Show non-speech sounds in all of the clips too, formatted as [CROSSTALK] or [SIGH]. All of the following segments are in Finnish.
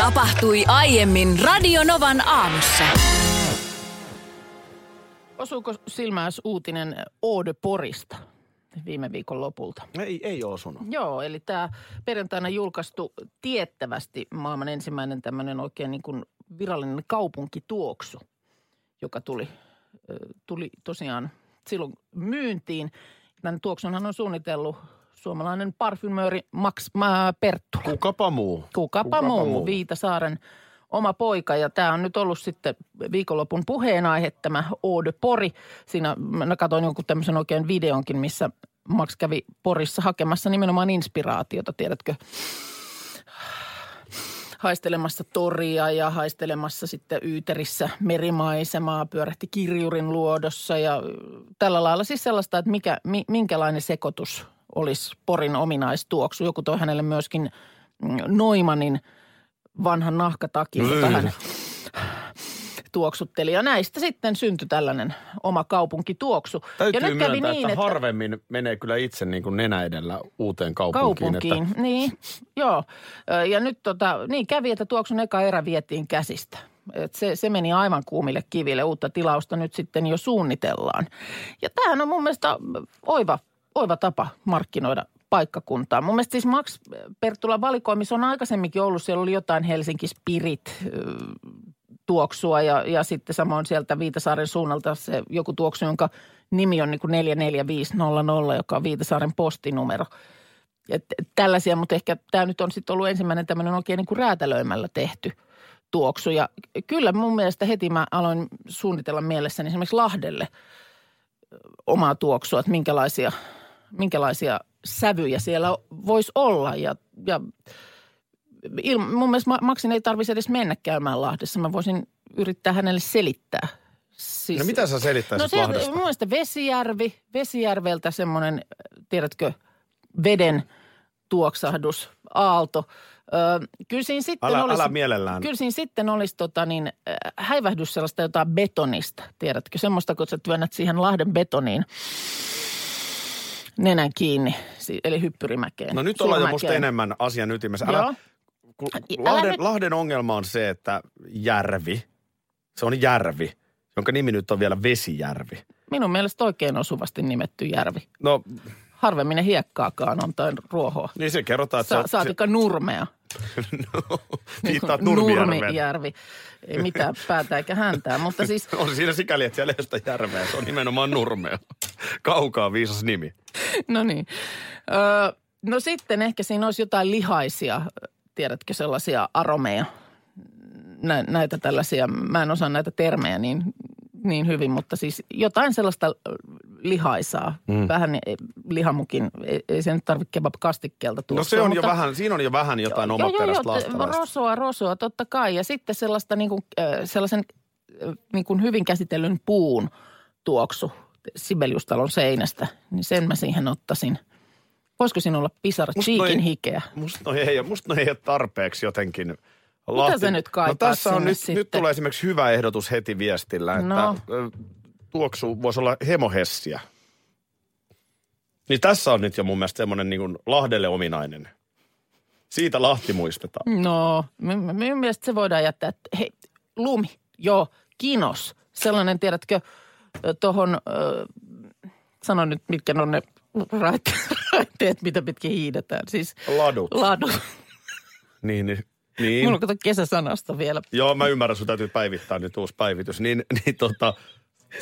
Tapahtui aiemmin Radionovan aamussa. Osuuko silmääs uutinen Ode Porista viime viikon lopulta? Ei, ei ole osunut. Joo, eli tämä perjantaina julkaistu tiettävästi maailman ensimmäinen tämmöinen oikein niin kuin virallinen kaupunkituoksu, joka tuli, ö, tuli tosiaan silloin myyntiin. Tämän tuoksunhan on suunnitellut suomalainen parfymööri Max äh, Ma- Perttula. Kukapa muu. Kukapa muu, Viitasaaren oma poika. Ja tämä on nyt ollut sitten viikonlopun puheenaihe, tämä Ode Pori. Siinä mä katsoin jonkun tämmöisen oikein videonkin, missä Max kävi Porissa hakemassa nimenomaan inspiraatiota, tiedätkö? Haistelemassa toria ja haistelemassa sitten Yyterissä merimaisemaa, pyörähti kirjurin luodossa ja tällä lailla siis sellaista, että mikä, mi- minkälainen sekoitus olisi Porin ominaistuoksu. Joku toi hänelle myöskin mm, Noimanin vanhan nahkatakin, No jota hän tuoksutteli. Ja näistä sitten syntyi tällainen oma kaupunkituoksu. Täytyy ja nyt kävi myöntää, niin, että, että harvemmin menee kyllä itse niin kuin nenä edellä uuteen kaupunkiin. kaupunkiin. Että Niin, [LAUGHS] joo. Ö, Ja nyt tota, niin kävi, että tuoksun eka erä vietiin käsistä. Et se, se meni aivan kuumille kiville. Uutta tilausta nyt sitten jo suunnitellaan. Ja tämähän on mun mielestä oiva, oiva tapa markkinoida paikkakuntaa. Mun mielestä siis Max Perttula valikoimissa on aikaisemminkin ollut, siellä oli jotain Helsinki Spirit ö, tuoksua ja, ja sitten samoin sieltä Viitasaaren suunnalta se joku tuoksu, jonka nimi on niin kuin 44500, joka on Viitasaaren postinumero. Et tällaisia, mutta ehkä tämä nyt on sitten ollut ensimmäinen tämmöinen oikein niin kuin räätälöimällä tehty tuoksu. Ja kyllä mun mielestä heti mä aloin suunnitella mielessäni esimerkiksi Lahdelle ö, omaa tuoksua, että minkälaisia, minkälaisia sävyjä siellä voisi olla. Ja, ja il, mun mielestä Ma- Maksin ei tarvitsisi edes mennä käymään Lahdessa. Mä voisin yrittää hänelle selittää. Siis, No mitä sä selittäisit No no, sieltä, Lahdesta? mun mielestä Vesijärvi, Vesijärveltä semmoinen, tiedätkö, veden tuoksahdus, aalto. Ö, kyllä siinä sitten Älä, olisi, älä mielellään. kyllä siinä sitten olisi tota niin, äh, häivähdys sellaista jotain betonista, tiedätkö, semmoista, kun sä työnnät siihen Lahden betoniin nenän kiinni, si- eli hyppyrimäkeen. No nyt ollaan jo musta Suurmäkeen. enemmän asian ytimessä. Joo. Älä, kun Älä Lahden, nyt- Lahden ongelma on se, että järvi, se on järvi, jonka nimi nyt on vielä Vesijärvi. Minun mielestä oikein osuvasti nimetty järvi. No Harvemmin ne hiekkaakaan on tai ruohoa. niin se kerrotaan, että Sa- se, on- se, [LAUGHS] saatika nurmea. viittaat Niin kuin Nurmijärveen. Nurmijärvi. Ei mitään päätä eikä häntää, [LAUGHS] mutta siis On siinä sikäli, että siellä ei ole sitä järveä. Se on nimenomaan Nurmea. Kaukaa viisas nimi. No niin. Öö, no sitten ehkä siinä olisi jotain lihaisia, tiedätkö, sellaisia aromeja. Nä, näitä tällaisia, mä en osaa näitä termejä niin, niin hyvin, mutta siis jotain sellaista ö, lihaisaa. Mm. Vähän eh, lihamukin, ei, ei se nyt tarvitse kebab-kastikkeelta No tuoksua, se on mutta, jo vähän, siinä on jo vähän jotain Joo, joo, omaperäistä joo, laastalaista. rosoa, rosoa, totta kai. Ja sitten sellaista niin kuin, äh, sellaisen äh, niin kuin hyvin käsitellyn puun tuoksu Sibeliustalon seinästä, niin sen mä siihen ottaisin. Voisiko siinä olla pisara Musta Cheekin noi- hikeä? Musta no ei, ole- musta no ei ole tarpeeksi jotenkin. sä nyt kaipaat no tässä on sinne nyt, nyt sitten? tulee esimerkiksi hyvä ehdotus heti viestillä, että No. no. tuoksu voisi olla hemohessiä. Niin tässä on nyt jo mun mielestä semmoinen niin kuin Lahdelle ominainen. Siitä Lahti muistetaan. No, minun mielestä se voidaan jättää. että Hei, lumi, joo, kinos. Sellainen, tiedätkö, tuohon, äh, sano nyt mitkä ne on ne raite- [LAUGHS] raiteet, mitä pitkin hiidetään. Siis Ladut. ladu. Niin, niin. niin. Mulla on kato kesäsanasta vielä Joo, mä ymmärrän, sun täytyy päivittää nyt uusi päivitys. Niin, [LAUGHS] niin tota,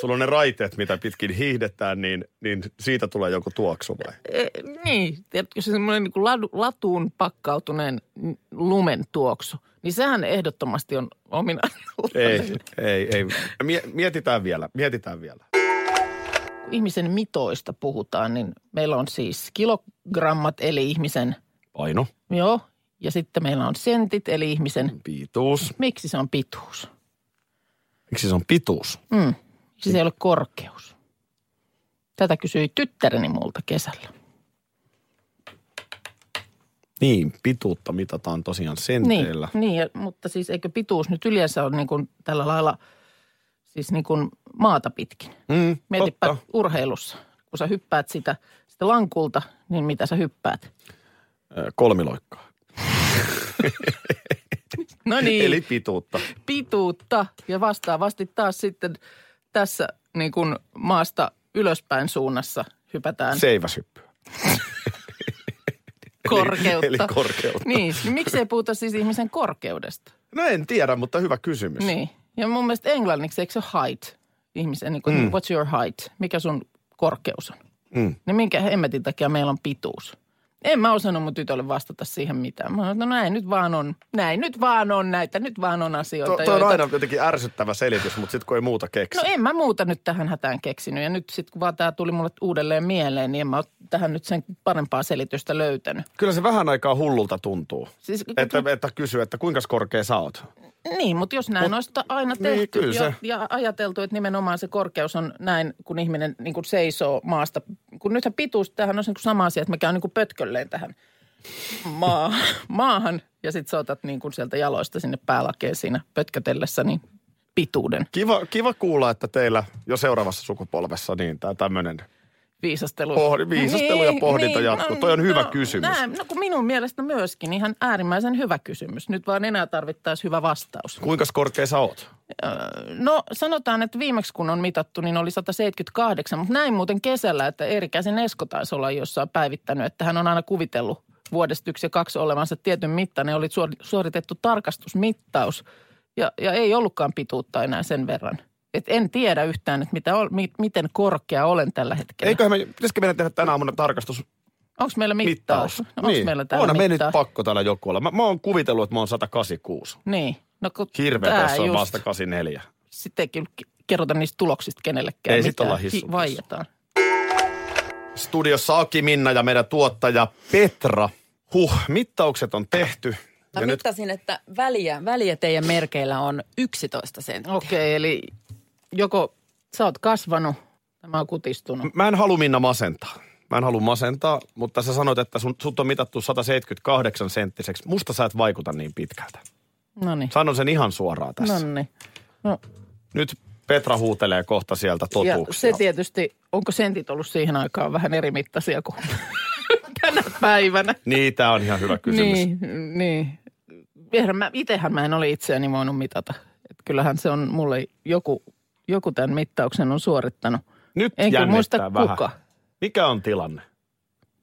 sulla on ne raiteet, mitä pitkin hiihdetään, niin, niin siitä tulee joku tuoksu vai? Eh, niin, tiedätkö se semmoinen niin ladu, latuun pakkautuneen lumen tuoksu, niin sehän ehdottomasti on ominainen. [LAUGHS] Ei, ei, ei. Mie- Mietitään vielä, mietitään vielä. Ihmisen mitoista puhutaan, niin meillä on siis kilogrammat, eli ihmisen, Paino. joo, Ja sitten meillä on sentit, eli ihmisen, Pituus. miksi se on pituus? Miksi se on pituus? Mm. Siis ei ole korkeus. Tätä kysyi tyttäreni multa kesällä. Niin, pituutta mitataan tosiaan Niin, senteillä. niin, ja- mutta siis eikö pituus nyt yleensä ole niin kuin tällä lailla siis niin kuin maata pitkin? Mm, Mietipä totta. urheilussa, kun sä hyppäät sitä, sitä lankulta, niin mitä sä hyppäät? Ö, Kolmiloikkaa. No niin, Eli pituutta. pituutta ja vastaavasti taas sitten tässä niin kuin maasta ylöspäin suunnassa hypätään Seiväshyppyä. korkeutta. eli korkeutta. Niin, niin miksei puhuta siis ihmisen korkeudesta? No en tiedä, mutta hyvä kysymys. Niin, ja mun mielestä englanniksi eikö se height? Ihmisen, niin kuin, mm. what's your height? Mikä sun korkeus on? Mm. Niin minkä hemmetin takia meillä on pituus? En mä osannut mun tytölle vastata siihen mitään. Mä sanoin, no näin nyt vaan on, näin nyt vaan on näitä, nyt vaan on asioita. To, toi on aina jotenkin ärsyttävä selitys, mutta sitten kun ei muuta keksi. No en mä muuta nyt tähän hätään keksinyt ja nyt sitten kun vaan tämä tuli mulle uudelleen mieleen, niin en mä oo tähän nyt sen parempaa selitystä löytänyt. Kyllä se vähän aikaa hullulta tuntuu. Siis, Että, että kysyy, että kuinka korkea sä oot. Niin, mutta jos näin Mut- olisi ta- aina niin, tehty kyllä ja, se. ja ajateltu, että nimenomaan se korkeus on näin, kun ihminen niin kuin seisoo maasta. Kun nythän pituus, tämähän on niin kuin sama asia, että mä käyn niin kuin pötkölleen tähän maa, [LAUGHS] maahan ja sitten sä otat niin kuin sieltä jaloista sinne päälakeen siinä pötkötellessä niin pituuden Kiva, kiva kuulla, että teillä jo seuraavassa sukupolvessa niin tämä tämmöinen. viisastelu. No Pohdi- viisastelu ja pohdinta jatkuu. Toi on hyvä kysymys. Näin, no kun minun mielestä myöskin ihan äärimmäisen hyvä kysymys. Nyt vaan enää tarvittaisiin hyvä vastaus. Kuinka korkea sä oot? Öö, No sanotaan, että viimeksi kun on mitattu, niin oli 178, mutta näin muuten kesällä, että Erikäisen Esko taisi olla jossain päivittänyt, että hän on aina kuvitellut vuodesta yksi ja kaksi olevansa tietyn mittainen. Oli suor- suoritettu tarkastusmittaus ja, ja ei ollutkaan pituutta enää sen verran. Et en tiedä yhtään, että mitä ol, mi, miten korkea olen tällä hetkellä. Eiköhän me, pitäisikö meidän tehdä tänä aamuna tarkastus Onko meillä mittaus? mittaus. Onko meillä täällä Onhan me nyt mittaus? pakko täällä joku olla. Mä, mä oon kuvitellut, että mä oon 186. Niin. No, kun Hirveä tää tässä on just- vasta 84. Sitten ei kyllä kerrota niistä tuloksista kenellekään Ei sit mitään. olla hissutussa. Hi- Vaijataan. Studiossa Aki Minna ja meidän tuottaja Petra. Huh, mittaukset on tehty. Mä No Ja nyt mittasin, että väliä, väliä teidän merkeillä on 11 senttiä. Okei, eli joko sä oot kasvanut, tämä on kutistunut. mä en halua Minna masentaa. Mä en halua masentaa, mutta sä sanoit, että sun, sut on mitattu 178 senttiseksi. Musta sä et vaikuta niin pitkältä. No niin. Sanon sen ihan suoraan tässä. No niin. No, Nyt Petra huutelee kohta sieltä ja totuuksia. se tietysti, onko sentit ollut siihen aikaan vähän eri mittaisia kuin [LAUGHS] tänä päivänä? niin, tää on ihan hyvä kysymys. Niin, niin. Eihän Mä, itehän mä en ole itseäni voinut mitata. Et kyllähän se on mulle joku, joku tämän mittauksen on suorittanut. Nyt Enkä muista jännittää vähän. kuka. Mikä on tilanne?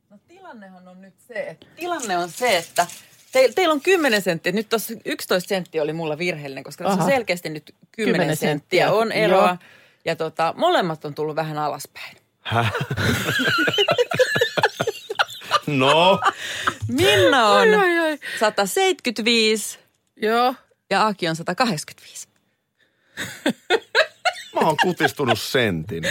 No tilannehan on nyt se, että, tilanne on se, että te, teillä on 10 senttiä. Nyt tuossa 11 senttiä oli mulla virheellinen, koska tässä on Aha. selkeästi nyt 10, 10 senttiä. senttiä on eroa. Joo. Ja tota, molemmat on tullut vähän alaspäin. [LAUGHS] No, Minna on 175 Joo. ja Aki on 185. mä oon kutistunut sentin.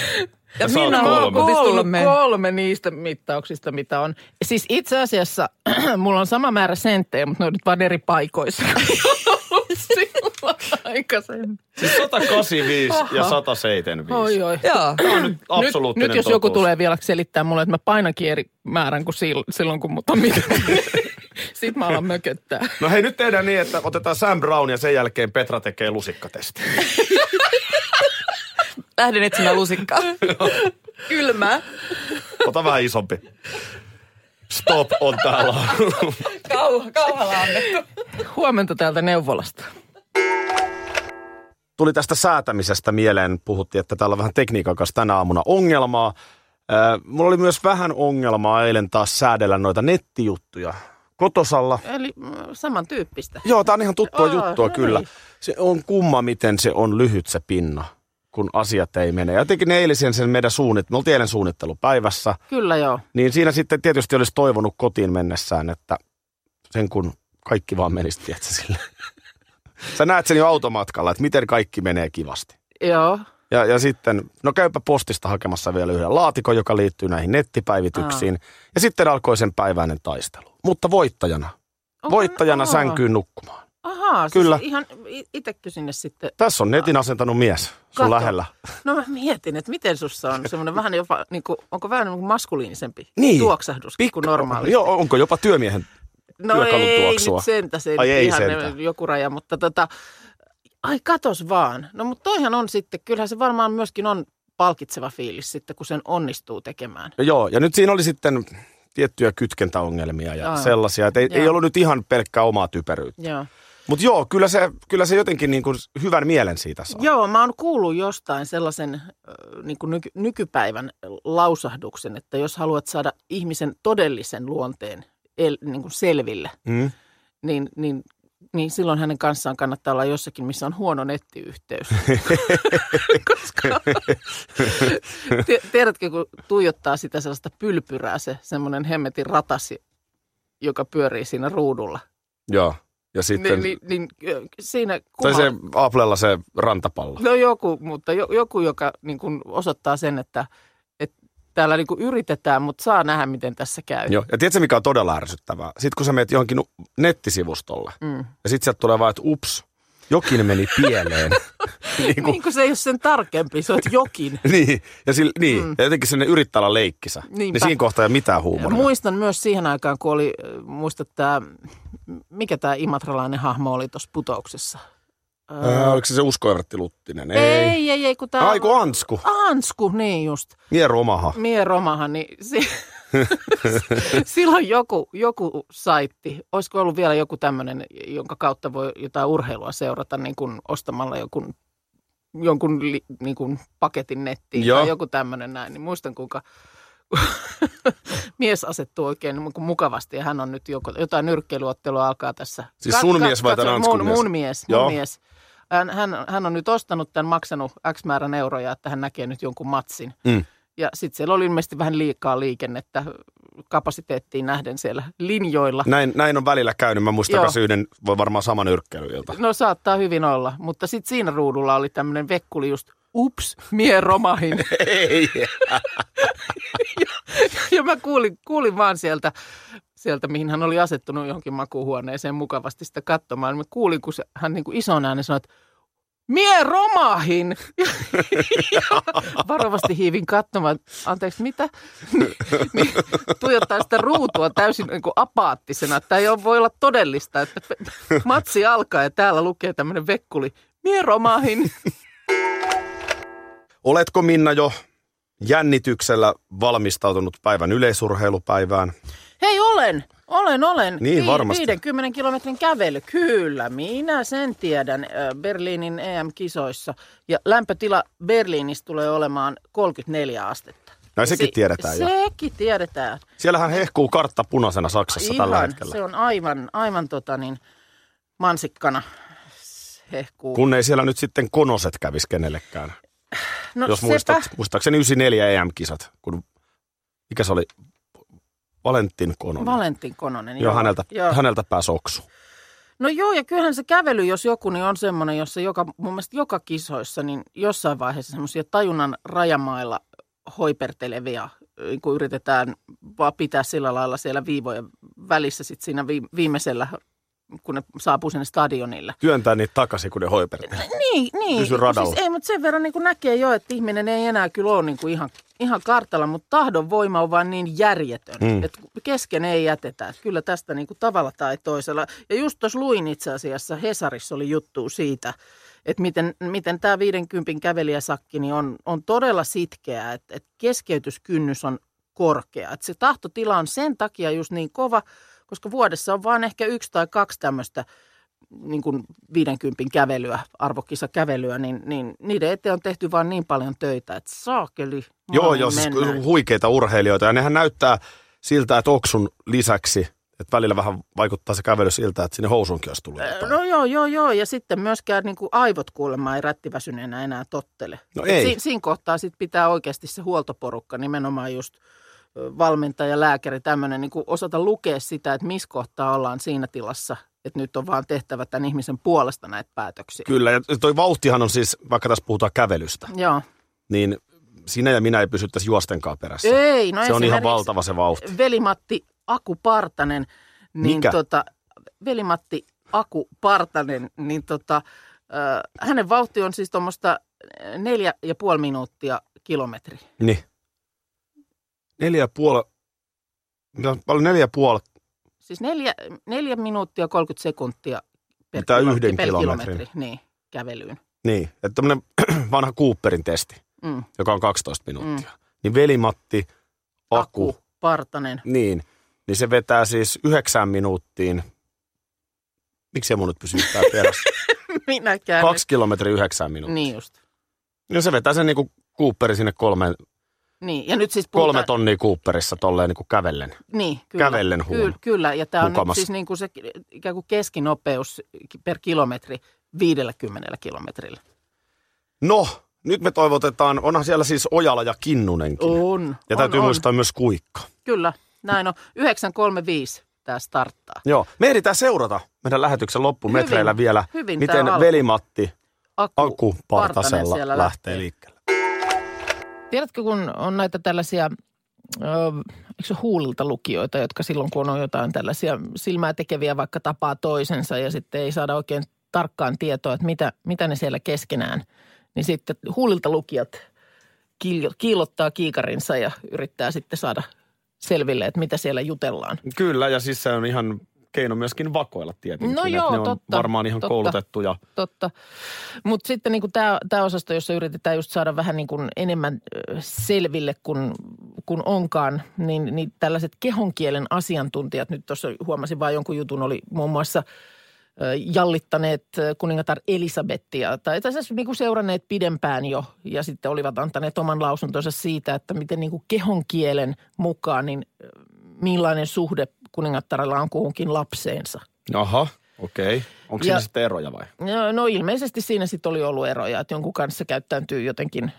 Ja sä oot Minna on kolme. Kutistunut kolme. kolme niistä mittauksista, mitä on. Siis itse asiassa [CLEARS THROAT] mulla on sama määrä senttejä, mutta ne on nyt vaan eri [LAUGHS] paikoissa. Silloin aikaisemmin. Siis 185 ja Aha. 175. Oi, oi. Joo. Tämä on nyt absoluuttinen Nyt, nyt jos totuus. joku tulee vielä selittää mulle, että mä painankin eri määrän kuin sil- silloin, kun mut on mitattu, niin [LAUGHS] sit mä alan mököttää. No hei, nyt tehdään niin, että otetaan Sam Brown ja sen jälkeen Petra tekee lusikkatesti. Lähden etsimään lusikkaa. Kylmää. Ota vähän isompi. Stop on täällä. Kau, kauhalla annettu. Huomenta täältä neuvolasta. Tuli tästä säätämisestä mieleen, puhuttiin, että täällä on vähän tekniikan kanssa tänä aamuna ongelmaa. Äh, Mulla oli myös vähän ongelmaa eilen taas säädellä noita nettijuttuja kotosalla. Eli mm, samantyyppistä. Joo, tää on ihan tuttua Aa, juttua no kyllä. niin. Se on kumma, miten se on lyhyt se pinna, kun asiat ei mene. Ja Jotenkin ne eilisen sen meidän suunnit, me oltiin eilen suunnittelupäivässä, Kyllä joo. niin siinä sitten tietysti olisi toivonut kotiin mennessään, että sen kun kaikki vaan menisi, tiedätkö, sille. [LAUGHS] Sä näet sen jo automatkalla, että miten kaikki menee kivasti. Joo. Ja, ja sitten, no käypä postista hakemassa vielä yhden laatikon, joka liittyy näihin nettipäivityksiin. Ja sitten alkoi sen päiväinen taistelu. Mutta voittajana Voittajana Aa. sänkyyn nukkumaan. Ahaa, Kyllä. siis ihan i- itekö sinne sitten? Tässä on netin asentanut mies sun Katso. lähellä. No mä mietin, että miten sussa on semmoinen vähän jopa, niin kuin, onko vähän niin kuin maskuliinisempi Niin. tuoksahdus Pikku- kuin normaali. Joo, onko jopa työmiehen no työkalun ei tuoksua. nyt sentä, se Ai nyt ei ihan sentä. joku raja, mutta tota, ai katos vaan. No mutta toihan on sitten, kyllähän se varmaan myöskin on palkitseva fiilis sitten, kun sen onnistuu tekemään. Joo, ja nyt siinä oli sitten tiettyjä kytkentäongelmia ja Joo. sellaisia, että ei, ei Joo. ollut nyt ihan pelkkää omaa typeryyttä. Joo. Mutta joo, kyllä se, kyllä se jotenkin niin kuin hyvän mielen siitä saa. Joo, mä oon kuullut jostain sellaisen äh, niin kuin nyky- nykypäivän lausahduksen, että jos haluat saada ihmisen todellisen luonteen el- niin kuin selville, Mm. niin, niin, niin silloin hänen kanssaan kannattaa olla jossakin, missä on huono [LAUGHS] nettiyhteys. Koska Tie- tiedätkö, kun tuijottaa sitä sellaista pylpyrää, se semmoinen hemmetin ratas, joka pyörii siinä ruudulla, Joo, ja niin, sitten... niin, niin ö, siinä tai kuva... se Applella se rantapallo. No joku, mutta jo, joku, joka niin kuin osoittaa sen, että, että täällä niin kuin yritetään, mutta saa nähdä, miten tässä käy. Joo. Ja tiedätkö, mikä on todella ärsyttävää? Sitten kun sä menet johonkin u- nettisivustolle, Mm. ja sitten sieltä tulee vaan, että ups, jokin meni pieleen. [LAUGHS] niin, kuin, Niin kuin se ei ole sen tarkempi, se on jokin. niin, ja, sille, niin. Mm. ja jotenkin sinne yrittää olla leikkisä. Niin Niinpä. siinä kohtaa ei ole mitään huumoria. Muistan myös siihen aikaan, kun oli, äh, muista tämä, mikä tämä imatralainen hahmo oli tuossa putouksessa? Äh, oliko se se Uskoertti Luttinen? ei, ei, ei, kun tämä... Äh, Ai kun Ansku, Ansku, niin just. Miero Omaha. Mie Romahan, niin si- [LAUGHS] silloin joku, joku saitti, olisiko ollut vielä joku tämmöinen, jonka kautta voi jotain urheilua seurata niin kuin ostamalla jonkun, jonkun li, niin kuin paketin nettiin Joo. tai joku tämmöinen näin, niin muistan kuinka [LAUGHS] mies asettuu oikein niin kuin mukavasti ja hän on nyt joko, jotain nyrkkeilyottelua alkaa tässä. Siis sun mies vai katso, tämän Anskun mun, mies? mun mies? Mun Joo. mies. Hän, hän, hän on nyt ostanut tämän, maksanut X määrän euroja, että hän näkee nyt jonkun matsin. Mm. Ja sitten siellä oli ilmeisesti vähän liikaa liikennettä kapasiteettiin nähden siellä linjoilla. Näin, näin on välillä käynyt. Mä muistan Joo. myös yhden, voi varmaan [LAUGHS] sama nyrkkeilyilta. No saattaa hyvin olla, mutta sitten siinä ruudulla oli tämmöinen vekkuli just, ups, mie romahin. Ei. [LAUGHS] ja mä kuulin, kuulin vaan sieltä, sieltä, mihin hän oli asettunut johonkin makuuhuoneeseen mukavasti sitä katsomaan. Mä kuulin, kun se, hän niin kuin ison äänen sanoi, että mie romahin. [LAUGHS] ja varovasti hiivin katsomaan, että anteeksi, mitä? [LAUGHS] Niin, niin, tuijottaa sitä ruutua täysin niin kuin apaattisena. Tämä ei ole, voi olla todellista, että pe- matsi alkaa ja täällä lukee tämmöinen vekkuli. Mie romahin. Oletko Minna jo jännityksellä valmistautunut päivän yleisurheilupäivään? Hei, olen. Olen, olen. Niin, varmasti. 50 kilometrin kävely, kyllä. Minä sen tiedän ö, Berliinin EM-kisoissa. Ja lämpötila Berliinissä tulee olemaan 34 astetta. No sekin Si- tiedetään jo. Sekin tiedetään. Siellähän hehkuu kartta punaisena Saksassa tällä hetkellä. Se on aivan, aivan tota niin, mansikkana S- hehkuu. Kun ei siellä nyt sitten konoset kävisi kenellekään. no, Jos muistat, muistaakseni 94 EM-kisat, kun mikä se oli? Valentin Kononen. Valentin Kononen. joo, häneltä, joo. häneltä pääsi oksu. No joo, ja kyllähän se kävely, jos joku, niin on semmoinen, jossa joka, mun mielestä joka kisoissa, niin jossain vaiheessa semmoisia tajunnan rajamailla hoipertelevia, niin kun yritetään vaan pitää sillä lailla siellä viivojen välissä sit siinä vi- viimeisellä, kun ne saapuu sinne stadionille. Työntää niitä takaisin, kun ne hoipertelee. Niin, niin. Pysy radalla. Siis ei, mutta sen verran niin kuin näkee jo, että ihminen ei enää kyllä ole niin kuin ihan, ihan kartalla, mutta tahdon voima on vaan niin järjetön, Mm. mm. että kesken ei jätetä. Että Kyllä tästä niin kuin tavalla tai toisella. Ja just tuossa luin itse asiassa, Hesarissa oli juttu siitä, että miten, miten tämä 50 kävelijäsakki niin on, on todella sitkeä, että, että keskeytyskynnys on korkea. Että se tahtotila on sen takia just niin kova, koska vuodessa on vain ehkä yksi tai kaksi tämmöistä niin kuin 50 kävelyä, arvokisakävelyä, niin, niin niiden eteen on tehty vaan niin paljon töitä, että saakeli. Joo, siis maailman jos mennään. huikeita urheilijoita. Ja nehän näyttää siltä, että oksun lisäksi, että välillä vähän vaikuttaa se kävely siltä, että sinne housuunkin olisi tullut jotain. No joo, joo, joo. Ja sitten myöskään niin kuin aivot kuulemma ei rättiväsyneenä enää tottele. No Et ei. Si- siinä kohtaa sit pitää oikeasti se huoltoporukka, nimenomaan just ö, valmentaja, lääkäri, tämmöinen, niin kuin osata lukea sitä, että missä kohtaa ollaan siinä tilassa, että nyt on vaan tehtävä tämän ihmisen puolesta näitä päätöksiä. Kyllä, ja toi vauhtihan on siis, vaikka tässä puhutaan kävelystä, Joo. niin sinä ja minä ei pysyttäisi juostenkaan perässä. Ei, no se on ihan esimerkiksi- valtava se vauhti. Veli-Matti Aku Partanen, niin Mikä? tota, velimatti Aku Partanen, niin tota, äh, hänen vauhti on siis tuommoista äh, neljä ja puoli minuuttia kilometri. Niin. Neljä ja puoli, mitä paljon neljä ja puoli, Siis neljä, neljä minuuttia 30 sekuntia per, Mitä kilo- yhden per kilometrin? kilometri niin, kävelyyn. niin, että tämmöinen [CLEARS THROAT] vanha Cooperin testi, Mm. joka on 12 minuuttia. Mm. Niin velimatti, aku, aku, Partanen. [LAUGHS] niin, niin se vetää siis yhdeksään minuuttiin. Miksi mun nyt pysyy tää [LAUGHS] perässä? Minäkään. Kaksi kilometriä yhdeksään minuuttia. Niin just. Niin. se vetää sen niinku Cooperi sinne kolme, Niin, ja nyt siis puhutaan... kolme tonnia Cooperissa tolleen niinku kävellen. Niin, kyllä. Kävellen huom. Kyllä, kyllä. ja tämä on nyt Hukamas. siis niin kuin se ikään kuin keskinopeus per kilometri 50 kilometrillä. No, nyt me toivotetaan, onhan siellä siis Ojala ja Kinnunenkin. On. ja on, täytyy on. muistaa myös Kuikka. Kyllä, näin on. 9.35 tämä starttaa. Joo, me ehditään seurata meidän lähetyksen loppumetreillä Hyvin, vielä, hyvin tää miten alku. velimatti Aku, Aku Partanen Partasella siellä lähtee, lähtee liikkeelle. Tiedätkö, kun on näitä tällaisia, ö, eikö se ole huulilta lukijoita, jotka silloin kun on jotain tällaisia silmää tekeviä, vaikka tapaa toisensa ja sitten ei saada oikein tarkkaan tietoa, että mitä, mitä ne siellä keskenään, niin sitten huulilta lukijat kiil- kiillottaa kiikarinsa ja yrittää sitten saada selville, että mitä siellä jutellaan. Kyllä, ja siis se on ihan keino myöskin vakoilla tietenkin. No että joo, ne on totta, varmaan ihan totta. koulutettuja. Totta. Mutta sitten niin tämä osasto, jossa yritetään just saada vähän niin kuin enemmän ö, selville kuin kun onkaan, niin, niin tällaiset kehonkielen asiantuntijat, nyt tuossa huomasin vaan jonkun jutun, oli muun muassa ö, jallittaneet ö, kuningatar Elisabettia tai itse asiassa niin kuin seuranneet pidempään jo ja sitten olivat antaneet oman lausuntonsa siitä, että miten niin kuin kehonkielen mukaan, niin ö, millainen suhde kuningattarella on kuhunkin lapseensa. Aha, okei. Okay. Onko Ja- siinä sitten eroja vai? No, no ilmeisesti siinä sitten oli ollut eroja, että jonkun kanssa käyttäytyy jotenkin,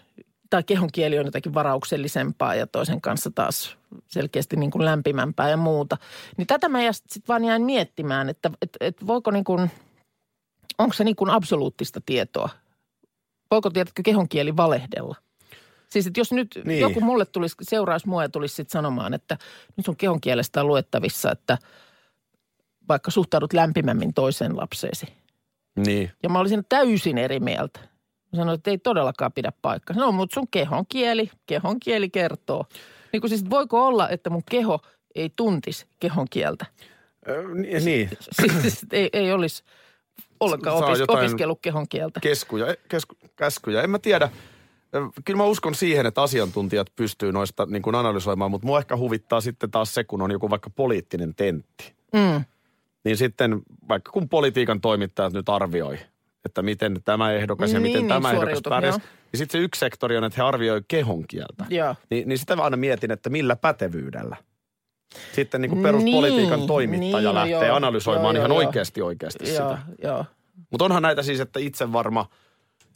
tai kehon kieli on jotakin varauksellisempaa ja toisen kanssa taas selkeästi niin kuin lämpimämpää ja muuta. Niin tätä mä sitten vaan jäin miettimään, että et, et voiko niin kuin, onko se niin kuin absoluuttista tietoa? Voiko tiedätkö kehon kieli valehdella? Siis että jos nyt Niin. niin. joku mulle tulisi, seuraisi mua ja tulisi sitten sanomaan, että nyt sun kehon kielestä on luettavissa, että vaikka suhtaudut lämpimämmin toiseen lapseesi – Niin. ja mä olisin täysin eri mieltä. Mä sanoin, että ei todellakaan pidä paikkaa. No, mutta sun kehon kieli, kehon kieli kertoo. Niin kuin siis voiko olla, että mun keho ei tuntisi kehon kieltä? [CLEARS THROAT] niin. Siis, siis ei, ei olisi ollenkaan Saa opis, jotain- opiskellut kehon kieltä. Keskuja, kesku, käskyjä, en mä tiedä. Ö, Kyllä mä uskon siihen, että asiantuntijat pystyy noista niin kuin analysoimaan, mutta mua ehkä huvittaa sitten taas se, kun on joku vaikka poliittinen tentti. Mm. Niin sitten vaikka kun politiikan toimittajat nyt arvioi, että miten tämä ehdokas ja Niin, miten niin, tämä ehdokas suoriutu, pärjäs, joo. niin sitten se yksi sektori on, että he arvioi kehon kieltä. Joo. Niin, niin sitä mä aina mietin, että millä pätevyydellä. Sitten niin kuin peruspolitiikan Niin, toimittaja niin, no lähtee joo, analysoimaan joo, ihan joo, joo. oikeasti oikeasti Joo, sitä. joo. Mutta onhan näitä siis, että itsevarma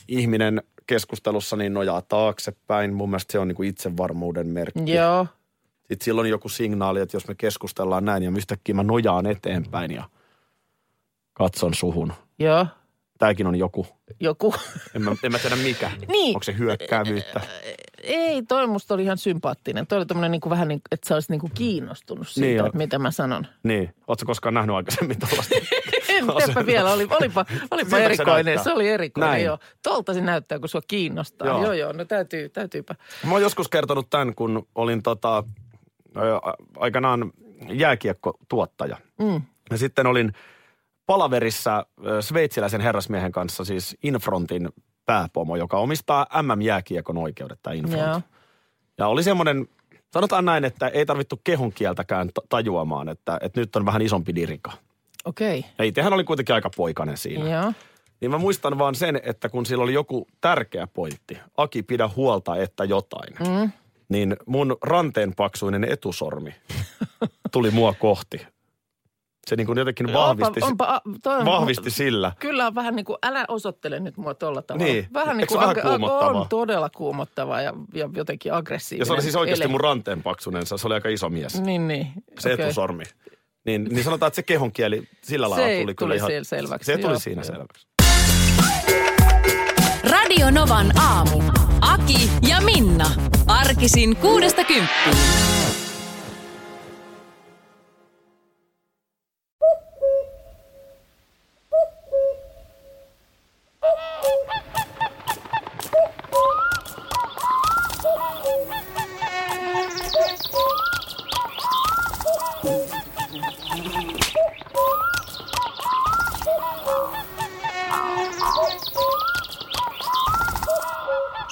ihminen keskustelussa niin nojaa taaksepäin. Mun mielestä se on niinku itsevarmuuden merkki. Joo. Sitten silloin on joku signaali, että jos me keskustellaan näin ja yhtäkkiä mä nojaan eteenpäin ja katson suhun. Joo. Tämäkin on joku. Joku. [LAUGHS] En mä, en mä tiedä mikä. Niin. Onko se hyökkäävyyttä? Ei, toi musta oli ihan sympaattinen. Toi oli tommonen niin kuin vähän niin, että sä olisit niin kuin kiinnostunut siitä, Niin on. että mitä mä sanon. Niin. Ootko koskaan nähnyt aikaisemmin tällaista? [LAUGHS] Entäpä vielä, oli, olipa, Siltä olipa se erikoinen. näyttää. Se, oli erikoinen, Näin. Näin. joo. Tolta se näyttää, kun sua kiinnostaa. Joo. Joo, joo, joo no täytyy, täytyypä. Mä oon joskus kertonut tämän, kun olin tota, ö, a- aikanaan jääkiekkotuottaja. Mm. Ja sitten olin palaverissa ö, sveitsiläisen herrasmiehen kanssa, siis Infrontin pääpomo, joka omistaa MM-jääkiekon oikeudet, tämä Infront. Joo. Ja oli semmoinen, sanotaan näin, että ei tarvittu kehon kieltäkään ta- tajuamaan, että, että nyt on vähän isompi dirika. Okei, Ja itsehän oli kuitenkin aika poikainen siinä. joo. Niin mä muistan vaan sen, että kun sillä oli joku tärkeä pointti, Aki pidä huolta, että jotain, mm. niin mun ranteen paksuinen etusormi tuli mua kohti. Se niin kuin jotenkin vahvisti, Onpa, onpa, a- toi on, vahvisti sillä. Kyllä on vähän niin kuin, älä osoittele nyt mua tolla tavalla. Niin. Vähän Eikö niin se kuin, vähän ag- ag- kuumottavaa? on todella kuumottavaa ja, ja jotenkin aggressiivinen. Ja se oli siis oikeasti ele. mun ranteen paksuinen, se se oli aika iso mies, Niin, niin. se okei. etusormi. Niin, niin sanotaan, että se kehonkieli sillä Se lailla ei- tuli kyllä tuli ihan... siellä selväksi, Se tuli joo, siinä joo. selväksi. Radio Novan aamu. Aki ja Minna. Arkisin kuudesta kymppiin.